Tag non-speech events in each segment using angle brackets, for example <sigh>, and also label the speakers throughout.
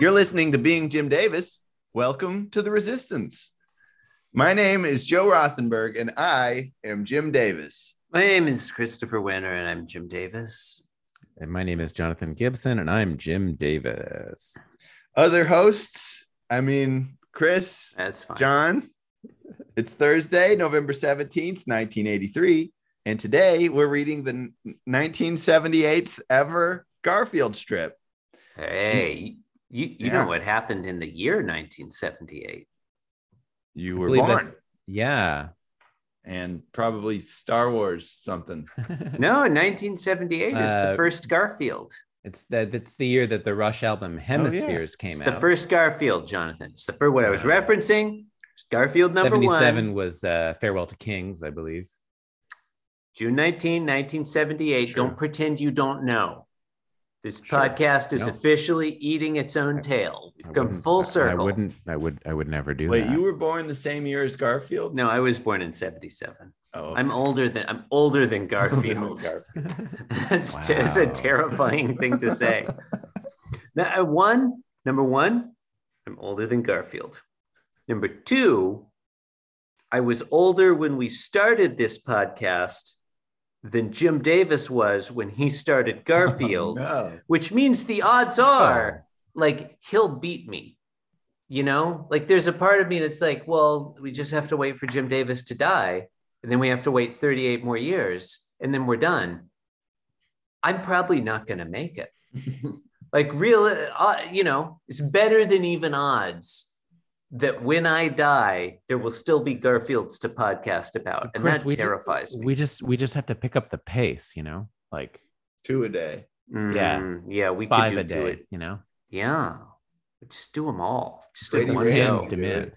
Speaker 1: You're listening to Being Jim Davis. Welcome to the Resistance. My name is Joe Rothenberg, and I am Jim Davis.
Speaker 2: My name is Christopher Winter, and I'm Jim Davis.
Speaker 3: And my name is Jonathan Gibson, and I'm Jim Davis.
Speaker 1: Other hosts, I mean, Chris,
Speaker 2: That's fine.
Speaker 1: John, it's Thursday, November 17th, 1983. And today we're reading the 1978th ever Garfield strip.
Speaker 2: Hey, you, you
Speaker 1: Yeah.
Speaker 2: know what happened in the year 1978?
Speaker 1: You
Speaker 3: I
Speaker 1: were
Speaker 3: believe
Speaker 1: born
Speaker 3: that's- Yeah.
Speaker 1: and probably Star Wars something.
Speaker 2: No, 1978 is the
Speaker 3: Uh,
Speaker 2: first Garfield.
Speaker 3: it's that that's the year that the Rush album Hemispheres came
Speaker 2: Oh, It's
Speaker 3: out.
Speaker 2: the first Garfield, Jonathan. It's the first what I was
Speaker 3: Uh,
Speaker 2: referencing. Garfield number
Speaker 3: 77
Speaker 2: one,
Speaker 3: was uh, Farewell to Kings, I believe.
Speaker 2: June 19, 1978.
Speaker 3: Sure.
Speaker 2: Don't pretend you don't know. This
Speaker 3: Sure.
Speaker 2: podcast is
Speaker 3: No.
Speaker 2: officially eating its own
Speaker 3: I-
Speaker 2: tail. We've
Speaker 3: I
Speaker 2: come
Speaker 3: wouldn't-
Speaker 2: full
Speaker 3: I-
Speaker 2: circle.
Speaker 3: I wouldn't I would I would never do
Speaker 1: Wait,
Speaker 3: that.
Speaker 1: you were born the same year as Garfield?
Speaker 2: No, I was born in 77.
Speaker 1: Oh,
Speaker 2: I'm older than I'm <laughs> older than Garfield. <laughs> That's t- it's a
Speaker 3: Wow.
Speaker 2: terrifying thing to <laughs> say. now, uh, one, number one, I'm older than Garfield. Number two, I was older when we started this podcast than Jim Davis was when he <laughs> started Garfield,
Speaker 1: No.
Speaker 2: which means the odds are like he'll beat me. You know, like there's a part of me that's like, well, we just have to wait for Jim Davis to die. And then we have to wait 38 more years and then we're done. I'm probably not going to make
Speaker 3: <laughs>
Speaker 2: it. like, real, uh, you know, it's better than even odds that when I die, there will still be Garfields to podcast about. And
Speaker 3: Chris,
Speaker 2: that
Speaker 3: we ju-
Speaker 2: terrifies me.
Speaker 3: we just we just have to pick up the pace, you know? Like
Speaker 1: Two a day.
Speaker 3: yeah.
Speaker 2: Mm, Yeah. We could
Speaker 3: five
Speaker 2: do,
Speaker 3: a
Speaker 2: do
Speaker 3: day,
Speaker 2: it.
Speaker 3: you know?
Speaker 2: Yeah. Just do them all. Just
Speaker 1: Brady
Speaker 2: do one
Speaker 1: Rand.
Speaker 2: go.
Speaker 3: Fans demand.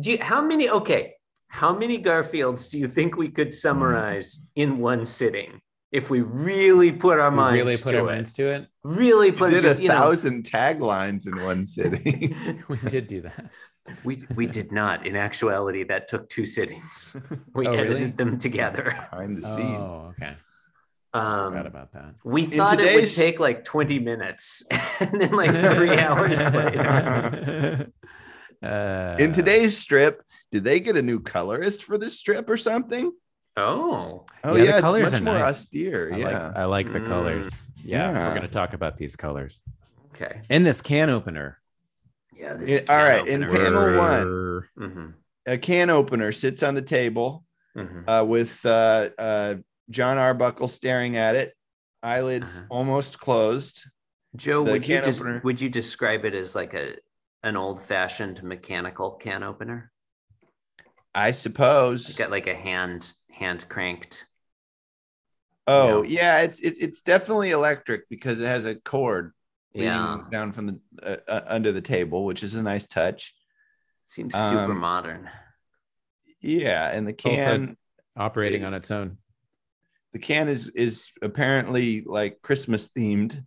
Speaker 2: Do you, how many? Okay, how many Garfields do you think we could summarize
Speaker 1: Hmm.
Speaker 2: in one sitting if we really put our
Speaker 3: We
Speaker 2: minds
Speaker 3: really put
Speaker 2: to
Speaker 3: our
Speaker 2: it?
Speaker 3: minds
Speaker 2: <laughs>
Speaker 3: to it.
Speaker 2: Really put
Speaker 1: did
Speaker 2: just,
Speaker 1: a
Speaker 2: you know,
Speaker 1: thousand taglines in one sitting.
Speaker 3: We did do
Speaker 2: <laughs>
Speaker 3: that.
Speaker 2: we we did not. In actuality, that took two
Speaker 1: <laughs>
Speaker 2: sittings. We
Speaker 3: Oh,
Speaker 2: edited
Speaker 3: really?
Speaker 2: them together.
Speaker 1: behind the scenes.
Speaker 3: Oh, okay. Forgot
Speaker 2: Um,
Speaker 3: about that.
Speaker 2: we thought it would
Speaker 1: today's-
Speaker 2: take like twenty minutes, <laughs> and
Speaker 1: <laughs>
Speaker 2: then like three
Speaker 3: <laughs>
Speaker 2: hours later.
Speaker 3: Uh,
Speaker 1: In today's strip, did they get a new colorist for this strip or something?
Speaker 2: Oh,
Speaker 1: Oh yeah,
Speaker 3: Yeah, the
Speaker 1: it's
Speaker 3: colors
Speaker 1: much
Speaker 3: are
Speaker 1: more
Speaker 3: nice.
Speaker 1: austere.
Speaker 3: I
Speaker 1: yeah,
Speaker 3: like I like the
Speaker 2: Mm.
Speaker 3: colors. Yeah,
Speaker 1: Yeah.
Speaker 3: we're gonna talk about these colors
Speaker 2: okay.
Speaker 3: in this can opener.
Speaker 2: Yeah.
Speaker 1: Yeah,
Speaker 2: is
Speaker 1: all
Speaker 2: can
Speaker 1: right, in
Speaker 2: opener.
Speaker 1: panel one.
Speaker 2: Mhm,
Speaker 1: a can opener sits on the table
Speaker 2: mhm.
Speaker 1: uh, with uh, uh, John Arbuckle staring at it, eyelids
Speaker 2: Uh-huh.
Speaker 1: almost closed.
Speaker 2: Joe,
Speaker 1: the
Speaker 2: would you
Speaker 1: can
Speaker 2: just
Speaker 1: opener.
Speaker 2: would you describe it as like a an old fashioned mechanical can opener?
Speaker 1: I suppose.
Speaker 2: It's got like a hand hand cranked.
Speaker 1: Oh
Speaker 2: Yeah.
Speaker 1: yeah, it's it, it's definitely electric because it has a cord leading
Speaker 2: Yeah,
Speaker 1: down from the uh, uh, under the table, which is a nice touch.
Speaker 2: seems super
Speaker 1: um, <laughs>
Speaker 2: modern. <laughs>
Speaker 1: Yeah, and the
Speaker 3: also-
Speaker 1: can
Speaker 3: Operating
Speaker 1: It's-
Speaker 3: on its own.
Speaker 1: the can is is apparently like Christmas themed.
Speaker 3: <laughs>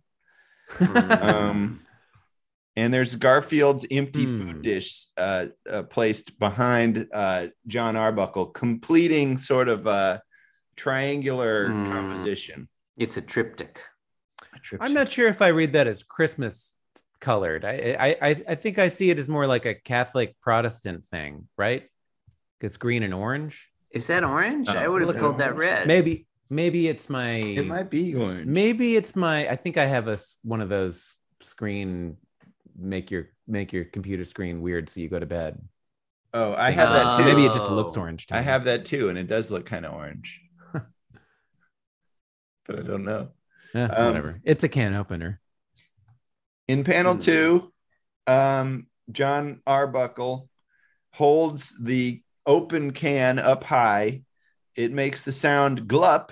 Speaker 1: Um, and there's Garfield's empty
Speaker 3: Hmm.
Speaker 1: food dish uh, uh, placed behind uh, John Arbuckle, completing sort of a triangular
Speaker 2: Hmm.
Speaker 1: composition.
Speaker 2: it's a triptych.
Speaker 3: I'm not sure if I read that as Christmas colored. I I I- I think I see it as more like a Catholic Protestant thing, right? It's green and orange.
Speaker 2: Is that orange?
Speaker 1: Oh,
Speaker 2: I would have
Speaker 1: it's
Speaker 2: called that
Speaker 1: orange.
Speaker 2: red.
Speaker 3: Maybe maybe it's my
Speaker 1: It might be orange.
Speaker 3: maybe it's my i think i have a s- one of those screen make your make your computer screen weird so you go to bed
Speaker 1: Oh, I have that
Speaker 3: So
Speaker 1: too.
Speaker 3: Uh, maybe it just looks
Speaker 2: Oh.
Speaker 3: orange to
Speaker 1: I
Speaker 3: me.
Speaker 1: have that too, and it does look kind of
Speaker 3: <laughs>
Speaker 1: orange. but I don't know.
Speaker 3: Eh,
Speaker 1: um,
Speaker 3: whatever it's a can opener <laughs>
Speaker 1: In panel
Speaker 3: Mm-hmm.
Speaker 2: Hmm.
Speaker 1: two, um, John Arbuckle holds the open can up high. It makes the sound glup,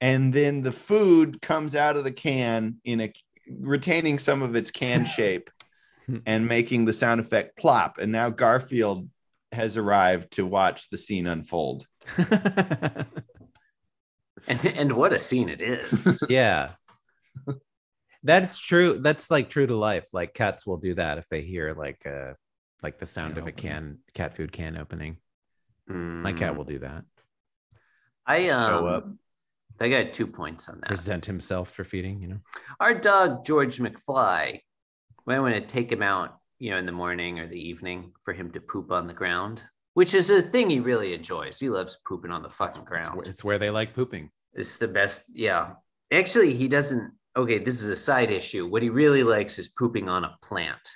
Speaker 1: and then the food comes out of the can in a retaining some of its
Speaker 3: <laughs>
Speaker 1: can shape
Speaker 3: Hmm.
Speaker 1: and making the sound effect plop. And now Garfield has arrived to watch the scene unfold.
Speaker 2: And, and what a scene
Speaker 1: <laughs>
Speaker 2: it is.
Speaker 3: yeah that's true that's like true to life like cats will do that if they hear like uh like the sound
Speaker 1: Can
Speaker 3: of a
Speaker 1: opening.
Speaker 3: can cat food can opening my cat
Speaker 2: Mm.
Speaker 3: will do that
Speaker 2: Hmm. I um,
Speaker 1: Show up.
Speaker 2: I got two points on that.
Speaker 3: present himself for feeding you know
Speaker 2: Our dog George McFly might want to take him out, you know, in the morning or the evening for him to poop on the ground, which is a thing he really enjoys. He loves pooping on the fucking
Speaker 3: It's where-
Speaker 2: ground.
Speaker 3: It's where they like pooping.
Speaker 2: It's the best. Yeah. Actually, he doesn't. Okay, this is a side issue. What he really likes is pooping on a plant.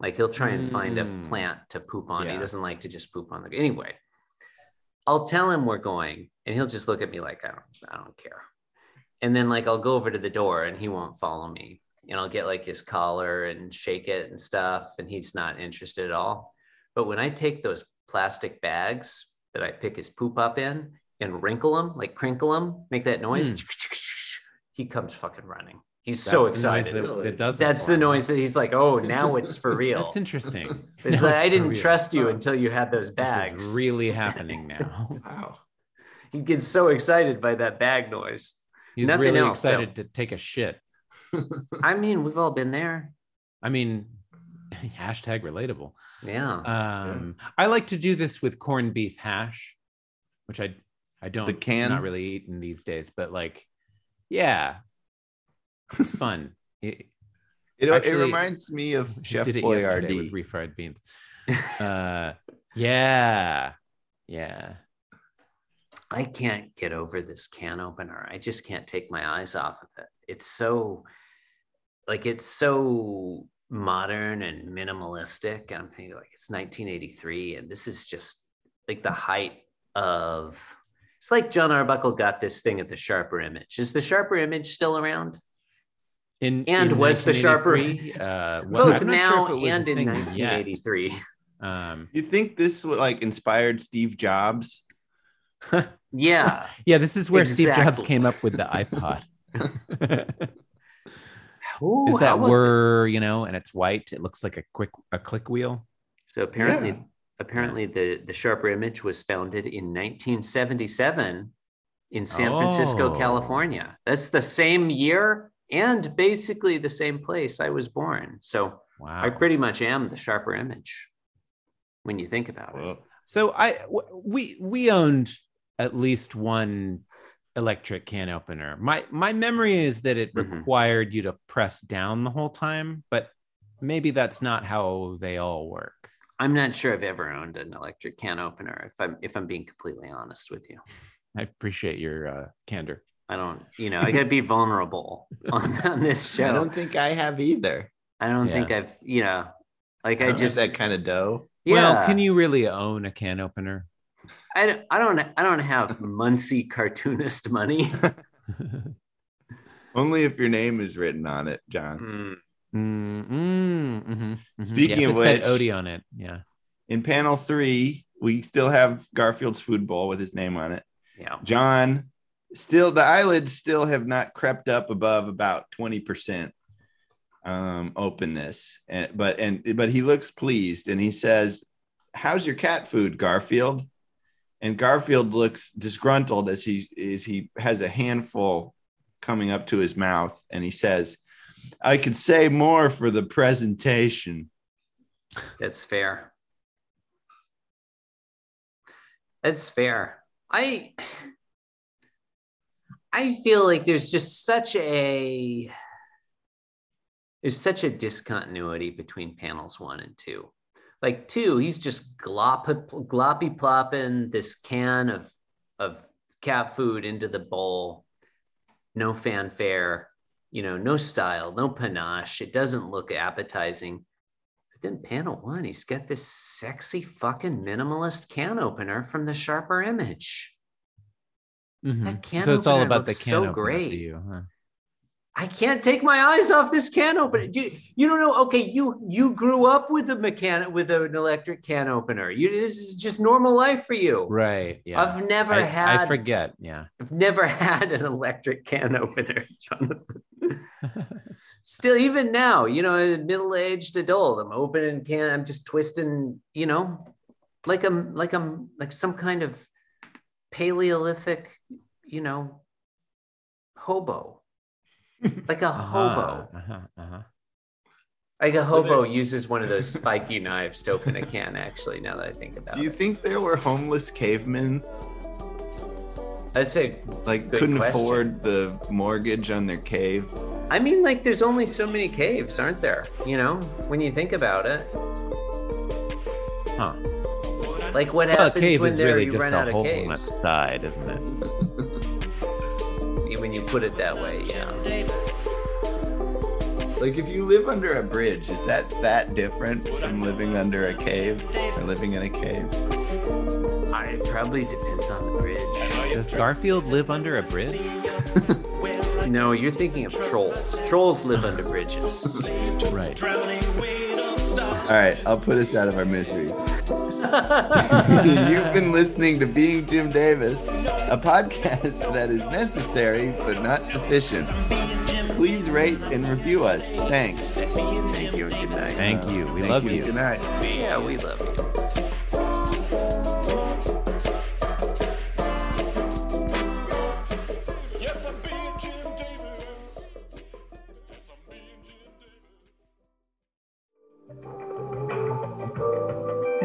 Speaker 2: Like he'll try and find
Speaker 3: Mm.
Speaker 2: a plant to poop on. He
Speaker 3: Yeah.
Speaker 2: doesn't like to just poop on the. Anyway, I'll tell him we're going, and he'll just look at me like I don't, I don't care. And then like I'll go over to the door, and he won't follow me. And I'll get like his collar and shake it and stuff, and he's not interested at all. But when I take those plastic bags that I pick his poop up in and wrinkle them, like crinkle them, make that noise, he comes fucking running. He's so
Speaker 3: Hmm. That's the noise
Speaker 2: excited.
Speaker 3: that- that does it
Speaker 2: That's
Speaker 3: for
Speaker 2: the
Speaker 3: him.
Speaker 2: noise that he's like, oh, now it's
Speaker 3: <laughs>
Speaker 2: for real.
Speaker 3: That's interesting.
Speaker 2: <laughs> It's
Speaker 3: Now
Speaker 2: like, I
Speaker 3: for
Speaker 2: didn't
Speaker 3: real.
Speaker 2: trust you until you had those
Speaker 3: This
Speaker 2: bags. <laughs>
Speaker 3: is really happening now.
Speaker 1: Wow.
Speaker 2: he gets so excited by that bag noise.
Speaker 3: He's
Speaker 2: Nothing
Speaker 3: really
Speaker 2: else, though.
Speaker 3: excited to take a shit.
Speaker 2: I mean, we've all been there.
Speaker 3: I mean, <laughs> hashtag relatable.
Speaker 2: Yeah.
Speaker 3: Um, I like to do this with corned beef hash, which I I don't
Speaker 1: The can?
Speaker 3: not really eating these days, but like, yeah, it's fun. <laughs> It,
Speaker 1: It, it
Speaker 3: Actually,
Speaker 1: reminds me of Chef
Speaker 3: did it yesterday
Speaker 1: Boyardee.
Speaker 3: with refried beans. Uh, yeah, yeah.
Speaker 2: I can't get over this can opener. I just can't take my eyes off of it. It's so like it's so modern and minimalistic. And I'm thinking like it's 1983 and this is just like the height of it's like John Arbuckle got this thing at the Sharper Image. Is the Sharper Image still around?
Speaker 3: In
Speaker 2: <laughs> And
Speaker 3: in
Speaker 2: was the sharper-
Speaker 3: 1983,
Speaker 2: <laughs>
Speaker 3: Uh, well,
Speaker 2: Both
Speaker 3: I'm not sure
Speaker 2: now
Speaker 3: if it was a
Speaker 2: and in
Speaker 3: thing yet.
Speaker 2: 1983.
Speaker 3: Um,
Speaker 1: You think this would like inspired Steve Jobs?
Speaker 2: Yeah.
Speaker 3: yeah, this is where Steve Jobs
Speaker 2: Exactly.
Speaker 3: came up with
Speaker 2: <laughs>
Speaker 3: the iPod.
Speaker 2: Ooh,
Speaker 3: <laughs> is
Speaker 2: how
Speaker 3: that
Speaker 2: about-
Speaker 3: whir, you know, and it's white. It looks like a quick a click wheel.
Speaker 2: So apparently,
Speaker 1: Yeah.
Speaker 2: apparently the the Sharper Image was founded in 1977 in San
Speaker 3: Oh.
Speaker 2: Francisco, California. That's the same year and basically the same place I was born. So
Speaker 3: Wow.
Speaker 2: I pretty much am the Sharper Image when you think about it.
Speaker 3: So I w- we we owned at least one electric can opener. My my memory is that it
Speaker 1: Mm-hmm.
Speaker 2: Mhm.
Speaker 3: required you to press down the whole time, but maybe that's not how they all work.
Speaker 2: I'm not sure I've ever owned an electric can opener. If I'm if I'm being completely honest with you,
Speaker 3: I appreciate your uh, candor.
Speaker 2: I don't. You know, I got to
Speaker 3: <laughs>
Speaker 2: be vulnerable on, on this show.
Speaker 1: I don't think I have either.
Speaker 3: Yeah.
Speaker 2: think I've. You know, like
Speaker 1: I,
Speaker 2: I,
Speaker 1: don't have
Speaker 2: just.
Speaker 1: that kind of dough.
Speaker 2: yeah.
Speaker 3: Well, can you really own a can opener?
Speaker 2: I, don't- I don't I don't have Muncie cartoonist money.
Speaker 1: Only if your name is written on it, John.
Speaker 2: Mm,
Speaker 3: Mm, mm, mhm, mhm.
Speaker 1: Mm-hmm. Speaking
Speaker 3: Yeah,
Speaker 1: of
Speaker 3: it said
Speaker 1: which-
Speaker 3: Odie on it. Yeah.
Speaker 1: In panel three, we still have Garfield's food bowl with his name on it.
Speaker 2: yeah.
Speaker 1: John, still the eyelids still have not crept up above about 20% um openness. And but and but he looks pleased and he says, How's your cat food, Garfield? And Garfield looks disgruntled as he as he has a handful coming up to his mouth and he says, I could say more for the presentation.
Speaker 2: That's fair. That's fair. I I feel like there's just such a there's such a discontinuity between panels one and two. Like two, he's just glop gloppy plopping this can of of cat food into the bowl. No fanfare, you know, no style, no panache. It doesn't look appetizing. But then panel one, he's got this sexy fucking minimalist can opener from the sharper image.
Speaker 3: Mhm.
Speaker 2: That can
Speaker 3: so it's all
Speaker 2: opener
Speaker 3: about the
Speaker 2: looks
Speaker 3: can
Speaker 2: so
Speaker 3: opener for
Speaker 2: great.
Speaker 3: you, huh?
Speaker 2: I can't take my eyes off this can opener. You, you don't know. Okay, you you grew up with a mechanic with an electric can opener. You this is just normal life for you.
Speaker 3: Right. Yeah.
Speaker 2: I've never
Speaker 3: I-
Speaker 2: had
Speaker 3: I forget. Yeah.
Speaker 2: I've never <laughs> had an electric can opener, <laughs> Jonathan. Still, even now, you know, a middle-aged adult, I'm opening can, I'm just twisting, you know, like I'm like I'm like some kind of Paleolithic, you know, hobo. Like a hobo.
Speaker 3: Uh-huh, uh-huh.
Speaker 2: Like a hobo uses one of those spiky knives to open a can, actually, now that I think about
Speaker 1: Do you
Speaker 2: it.
Speaker 1: think there were homeless cavemen
Speaker 2: I'd say
Speaker 1: like
Speaker 2: Good
Speaker 1: couldn't
Speaker 2: question.
Speaker 1: afford the mortgage on their cave?
Speaker 2: I mean, like, there's only so many caves, aren't there? You know, when you think about it.
Speaker 3: Huh.
Speaker 2: Like, what
Speaker 3: Well, a
Speaker 2: happens
Speaker 3: cave
Speaker 2: when
Speaker 3: is
Speaker 2: there
Speaker 3: really
Speaker 2: you
Speaker 3: just
Speaker 2: run
Speaker 3: a
Speaker 2: out of
Speaker 3: hole in the
Speaker 2: caves?
Speaker 3: side, isn't it?
Speaker 2: When you put it that way, yeah.
Speaker 1: Like if you live under a bridge, is that that different from living under a cave or living in a cave?
Speaker 2: I, it probably depends on the bridge.
Speaker 3: Does Garfield live under a bridge?
Speaker 2: No, you're thinking of trolls. Trolls live under bridges.
Speaker 3: Right.
Speaker 1: All right, I'll put us out of our misery. <laughs> You've been listening to Being Jim Davis, a podcast that is necessary but not sufficient. Please rate and review us. Thanks.
Speaker 2: Thank you and good night.
Speaker 3: Thank you. We love you.
Speaker 1: Good night.
Speaker 2: Yeah, we love you.
Speaker 4: Yes, I'm being Jim Davis. Yes, I'm being Jim Davis.